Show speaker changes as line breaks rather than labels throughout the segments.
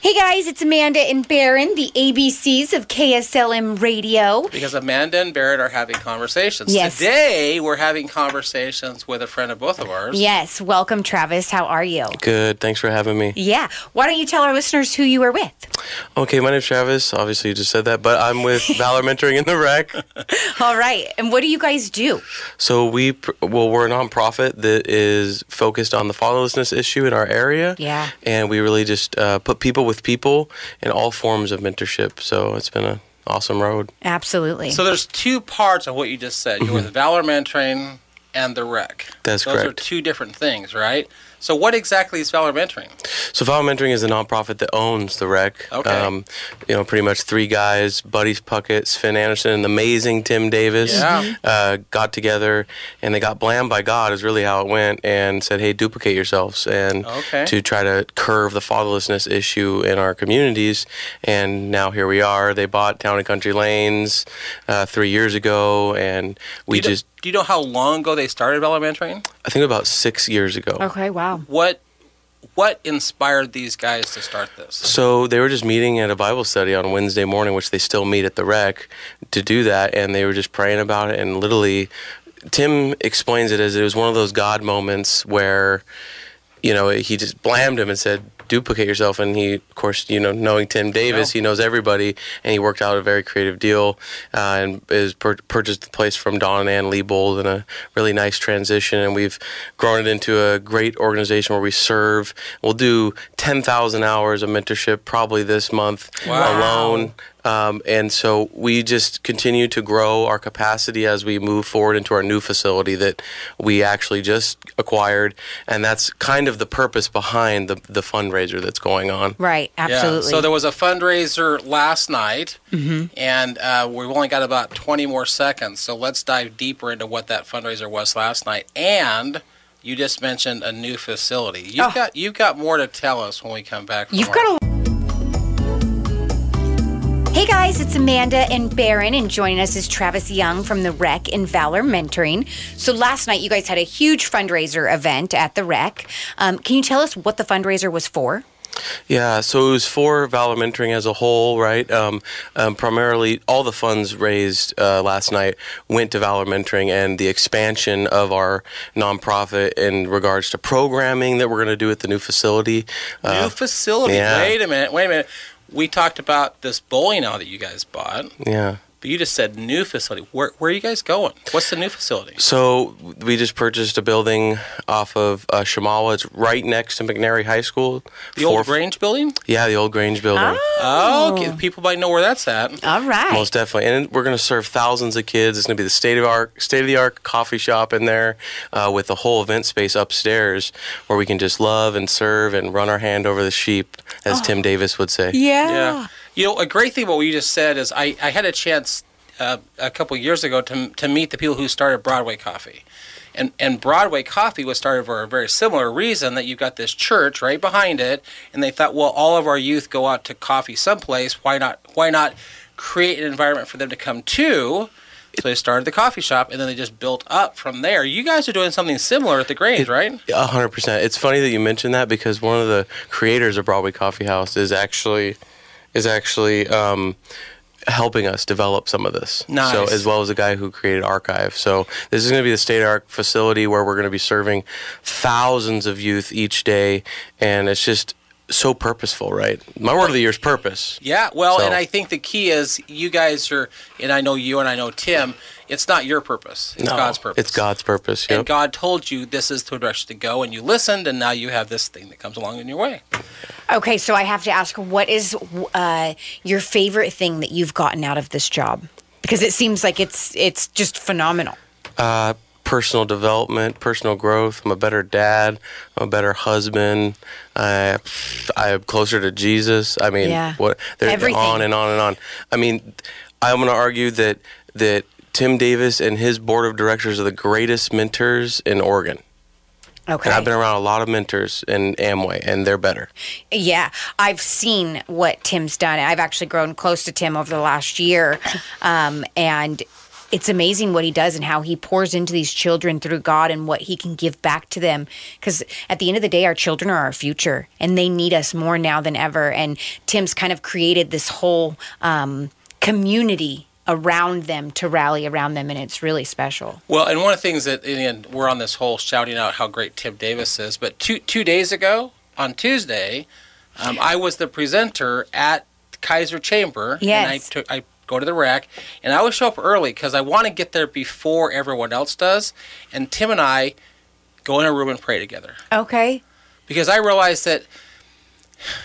Hey guys, it's Amanda and Barron, the ABCs of KSLM Radio.
Because Amanda and Barrett are having conversations.
Yes.
Today, we're having conversations with a friend of both of ours.
Yes, welcome, Travis. How are you?
Good. Thanks for having me.
Yeah. Why don't you tell our listeners who you were with?
Okay, my name's Travis. Obviously, you just said that, but I'm with Valor Mentoring in the Rec.
All right. And what do you guys do?
So we, pr- well, we're a nonprofit that is focused on the fatherlessness issue in our area.
Yeah.
And we really just uh, put people with people in all forms of mentorship. So it's been an awesome road.
Absolutely.
So there's two parts of what you just said. You're with Valor Mentoring and the Rec.
Mm-hmm. That's
Those
correct.
are two different things, right? So what exactly is Valor Mentoring?
So Valor Mentoring is a nonprofit that owns the Rec. Um,
Okay.
you know, pretty much three guys, Buddy Puckett, Finn Anderson, and the amazing Tim Davis.
Yeah.
uh, got together and they got blamed by God is really how it went and said, hey, duplicate yourselves and
Okay.
to try to curve the fatherlessness issue in our communities. And now here we are. They bought Town and Country Lanes uh, three years ago, and we
do, you
just
know, do you know how long ago they started Valor Mentoring?
I think about six years ago.
okay, wow.
What what inspired these guys to start this?
So they were just meeting at a Bible study on Wednesday morning, which they still meet at the rec to do that, and they were just praying about it. And literally, Tim explains it as it was one of those God moments where, you know, he just blamed him and said, "Duplicate yourself." And he, of course, you know, knowing Tim Davis,
know.
he knows everybody, and he worked out a very creative deal uh, and is pur- purchased the place from Don and Ann Liebold in a really nice transition. And we've grown it into a great organization where we serve. We'll do 10,000 hours of mentorship probably this month
Wow.
alone. Um, and so we just continue to grow our capacity as we move forward into our new facility that we actually just acquired. And that's kind of the purpose behind the, the fundraiser that's going on.
Right, absolutely. Mm-hmm.
Yeah. So there was a fundraiser last night, and uh, we've only got about 20 more seconds. So let's dive deeper into what that fundraiser was last night. And you just mentioned a new facility. You've
Oh.
got you've got more to tell us when we come back. From
You've
our-
got a. Hey guys, it's Amanda and Barron, and joining us is Travis Young from the Rec and Valor Mentoring. So last night, you guys had a huge fundraiser event at the Rec. Um, can you tell us what the fundraiser was for?
Yeah, so it was for Valor Mentoring as a whole, right? Um, um, primarily, all the funds raised uh, last night went to Valor Mentoring and the expansion of our nonprofit in regards to programming that we're going to do at the new facility.
new
Uh,
facility.
yeah.
Wait a minute. Wait a minute. We talked about this bowling alley that you guys bought,
yeah.
but you just said new facility. Where, where are you guys going? What's the new facility?
So we just purchased a building off of uh, Shamawa. It's right next to McNary High School.
The old
Four-
Grange building?
Yeah, the old Grange building.
Oh, okay. people might know where that's at.
All right.
Most definitely, and we're going to serve thousands of kids. It's going to be the state of art, state of the art coffee shop in there, uh, with a whole event space upstairs where we can just love and serve and run our hand over the sheep, as
Oh.
Tim Davis would say.
yeah.
Yeah. You know, a great thing about what you just said is I, I had a chance uh, a couple years ago to, to meet the people who started Broadway Coffee. And, and Broadway Coffee was started for a very similar reason that you've got this church right behind it, and they thought, well, all of our youth go out to coffee someplace. Why not? Why not create an environment for them to come to? So they started the coffee shop, and then they just built up from there. You guys are doing something similar at the Grange, right?
A hundred percent. It's funny that you mentioned that because one of the creators of Broadway Coffee House is actually is actually um, helping us develop some of this. So
Nice.
as well as the guy who created Archive. So this is going to be the state of art facility where we're going to be serving thousands of youth each day, and it's just so purposeful, right? My word of the year is purpose.
Yeah, well,
So-
and I think the key is you guys are, and I know you and I know Tim, it's not your purpose. It's God's purpose.
It's God's purpose.
And
Yep.
God told you this is the direction to go, and you listened, and now you have this thing that comes along in your way.
Okay, so I have to ask, what is uh, your favorite thing that you've gotten out of this job? Because it seems like it's it's just phenomenal.
uh, personal development, personal growth. I'm a better dad. I'm a better husband. I, I'm closer to Jesus. I mean,
Yeah.
what? There's
Everything.
on and on and on. I mean, I'm going to argue that that Tim Davis and his board of directors are the greatest mentors in Oregon.
Okay.
And I've been around a lot of mentors in Amway, and they're better.
Yeah, I've seen what Tim's done. I've actually grown close to Tim over the last year, um, and it's amazing what he does and how he pours into these children through God and what he can give back to them. Because at the end of the day, our children are our future and they need us more now than ever. And Tim's kind of created this whole um, community around them to rally around them. And it's really special.
Well, and one of the things that and we're on this whole shouting out how great Tim Davis is, but two two days ago on Tuesday, um, I was the presenter at Kaiser Chamber.
Yes.
And I took I go to the rack, and I always show up early because I want to get there before everyone else does. And Tim and I go in a room and pray together
Okay.
because I realize that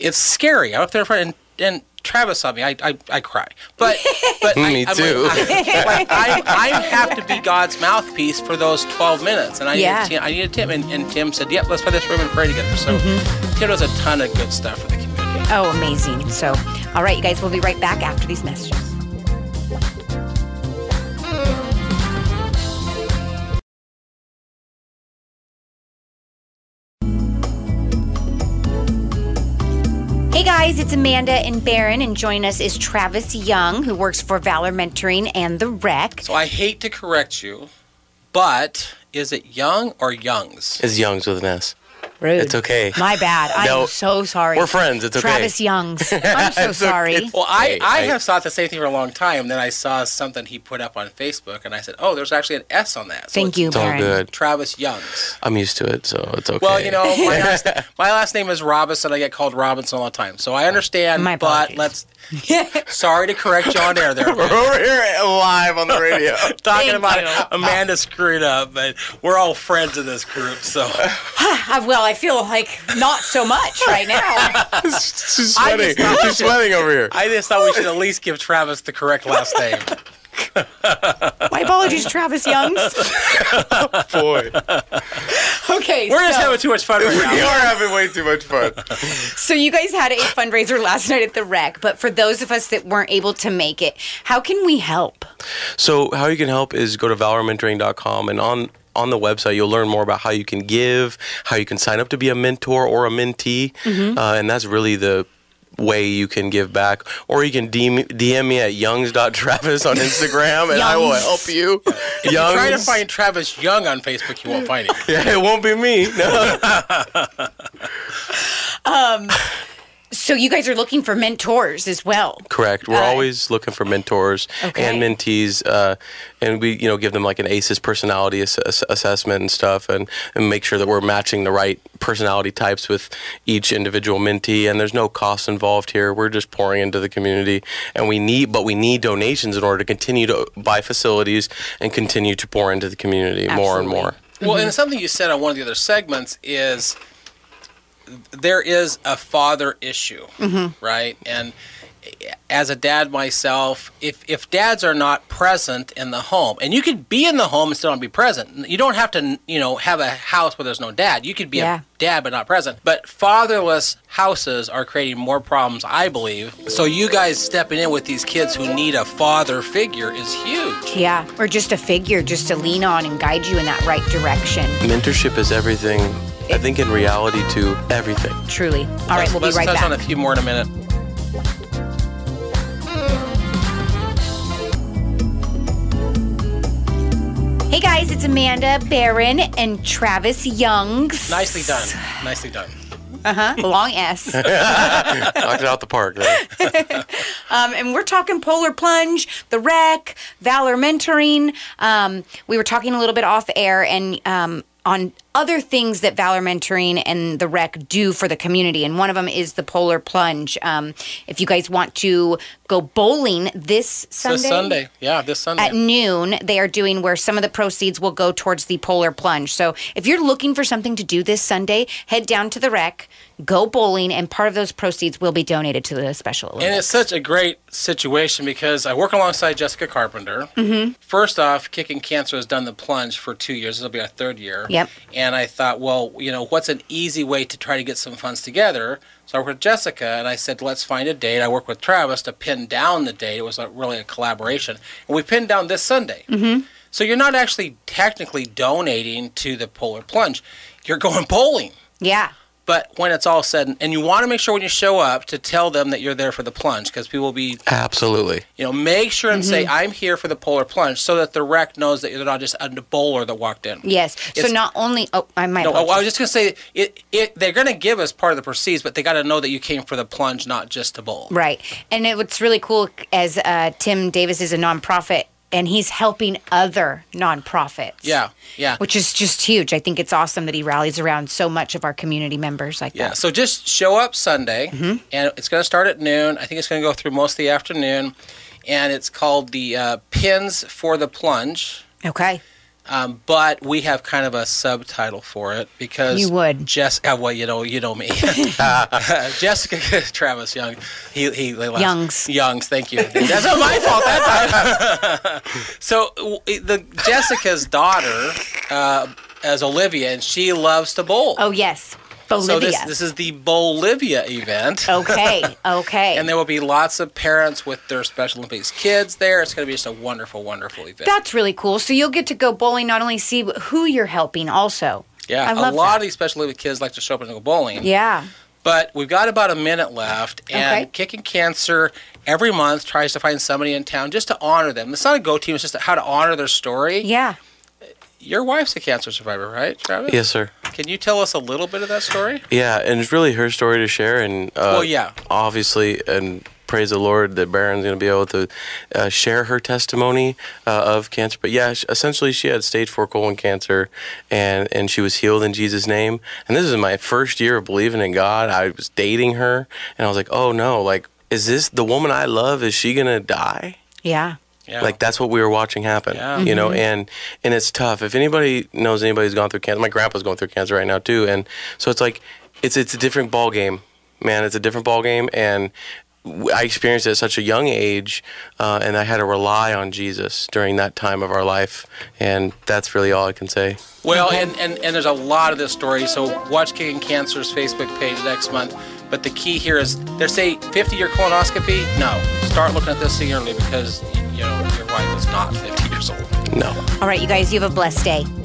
it's scary. I'm up there in front, and, and Travis saw me. I, I, I cry, but but
Me
I, I'm
too.
Like, I, like, I, I have to be God's mouthpiece for those 12 minutes, and I
Yeah.
needed Tim. I needed Tim, and, and Tim said, "Yep, let's play this room and pray together." So
Mm-hmm.
Tim does a ton of good stuff for the community.
Oh, amazing. So, all right, you guys, we'll be right back after these messages. Hey guys, it's Amanda and Barron, and joining us is Travis Young, who works for Valor Mentoring and The Rec.
So I hate to correct you, but is it Young or Young's?
It's Young's with an S.
Rude.
It's okay.
My bad. I'm
No,
so sorry.
we're friends. It's okay.
Travis Young's. I'm so sorry.
Well, I,
Hey,
I,
I-
have thought the same thing for a long time. Then I saw something he put up on Facebook, and I said, "Oh, there's actually an S on that." So
Thank
it's
you,
It's all
Barron.
good.
Travis Young's.
I'm used to it, so it's okay.
Well, you know, my last, my last name is Robinson. I get called Robinson all the time, so I understand.
My
but
apologies.
let's. sorry to correct you on air there.
we're over here live on the radio.
Talking about Amanda screwed up, but we're all friends in this group, so
I, Uh, well, I feel like not so much right now.
She's sweating.
thought-
She's sweating over here.
I just thought we should at least give Travis the correct last name.
My apologies, Travis Youngs.
Boy,
Okay,
We're just
so,
having too much fun right
we
now.
are having way too much fun.
so you guys had a fundraiser last night at the rec, but for those of us that weren't able to make it, how can we help?
So, how you can help is go to valormentoring.com and on on the website you'll learn more about how you can give, how you can sign up to be a mentor or a mentee,
Mm-hmm.
uh, and that's really the way you can give back or you can DM, DM me at youngs.travis on Instagram and I will
Youngs.
help you.
If you try to
Youngs.
find Travis Young on Facebook, you won't find him.
yeah, it won't be me. No.
So you guys are looking for mentors as well.
Correct. We're
Uh,
always looking for mentors
Okay.
and mentees, uh, and we you know give them like an ACEs personality ass- ass- assessment and stuff, and, and make sure that we're matching the right personality types with each individual mentee. And there's no cost involved here. We're just pouring into the community, and we need but we need donations in order to continue to buy facilities and continue to pour into the community more and
Absolutely.
more.
Well,
Mm-hmm.
and something you said on one of the other segments is there is a father issue,
Mm-hmm.
right? And as a dad myself, if if dads are not present in the home, and you could be in the home and still not be present, you don't have to, you know, have a house where there's no dad. You could be
Yeah.
a dad but not present. But fatherless houses are creating more problems, I believe. So you guys stepping in with these kids who need a father figure is huge.
Yeah, or just a figure just to lean on and guide you in that right direction.
Mentorship is everything. I think in reality to everything.
Truly. All right, we'll
Let's
be right
touch
back.
on a few more in a minute.
Hey guys, it's Amanda Barron and Travis Youngs.
Nicely done. Nicely done.
Long S.
Knocked it out the park. There.
Um, and we're talking Polar Plunge, The Wreck, Valor Mentoring. Um, we were talking a little bit off air and um, on other things that Valor Mentoring and The Wreck do for the community. And one of them is the Polar Plunge. Um, if you guys want to go bowling this Sunday.
This Sunday. Yeah, this Sunday.
At noon, they are doing where some of the proceeds will go towards the polar plunge. So if you're looking for something to do this Sunday, head down to the rec, go bowling, and part of those proceeds will be donated to the Special Olympics.
and it's such a great situation because I work alongside Jessica Carpenter. Mm-hmm. First off, Kicking Cancer has done the plunge for two years. This will be our third year.
Yep.
And I thought, well, you know, what's an easy way to try to get some funds together? So I worked with Jessica and I said, let's find a date. I worked with Travis to pin down the date. It was a, really a collaboration. And we pinned down this Sunday. Mm-hmm. So you're not actually technically donating to the Polar Plunge, you're going bowling.
Yeah.
But when it's all said, and- and you want to make sure when you show up to tell them that you're there for the plunge, because people will be
Absolutely.
you know, make sure and say, I'm here for the polar plunge so that the rec knows that you're not just a bowler that walked in.
Yes. So
It's-
not only oh I might
No, oh, I
apologize.
was just going to say, it, it, they're going to give us part of the proceeds, but they got to know that you came for the plunge, not just to bowl.
Right. And it, what's really cool as uh, Tim Davis is a nonprofit and he's helping other nonprofits.
Yeah, yeah.
Which is just huge. I think it's awesome that he rallies around so much of our community members like
Yeah,
that.
so just show up Sunday, and it's going to start at noon. I think it's going to go through most of the afternoon, and it's called the uh, Pins for the Plunge.
Okay.
Um, but we have kind of a subtitle for it because
You would.
Jessica. Well, you know, you know me, Jessica Travis Young. He he they laugh.
Youngs.
Youngs. Thank you. That's not my fault. That time. so w- the Jessica's daughter uh, as Olivia, and she loves to bowl.
Oh, yes. Bolivia.
So this this is the Bolivia event.
Oh. okay. Okay.
And there will be lots of parents with their Special Olympics kids there. It's going to be just a wonderful, wonderful event.
That's really cool. So you'll get to go bowling, not only see who you're helping, also.
Yeah,
I
a
love
lot
that.
of these Special Olympic kids like to show up and go bowling.
Yeah.
But we've got about a minute left, and
Okay.
Kicking Cancer every month tries to find somebody in town just to honor them. It's not a go team; it's just how to honor their story.
Yeah.
Your wife's a cancer survivor, right, Travis?
Yes, sir.
Can you tell us a little bit of that story?
Yeah, and it's really her story to share. And uh,
Well, yeah.
obviously, and praise the Lord that Baron's going to be able to uh, share her testimony uh, of cancer. But yeah, sh- essentially, she had stage four colon cancer, and and she was healed in Jesus' name. And this is my first year of believing in God. I was dating her, and I was like, oh no, like. Is this the woman I love? Is she gonna die?
Yeah.
Yeah.
Like that's what we were watching happen,
Yeah.
you know. And and it's tough. If anybody knows anybody who's gone through cancer, my grandpa's going through cancer right now too. And so it's like it's it's a different ball game, man. It's a different ball game, and w- I experienced it at such a young age, uh, and I had to rely on Jesus during that time of our life, and that's really all I can say.
Well, and, and, and there's a lot of this story, so watch Kicking Cancer's Facebook page next month. But the key here is they say 50 year colonoscopy? No. Start looking at this thing early because, you know, your wife is not 50 years old.
No.
All right, you guys, you have a blessed day.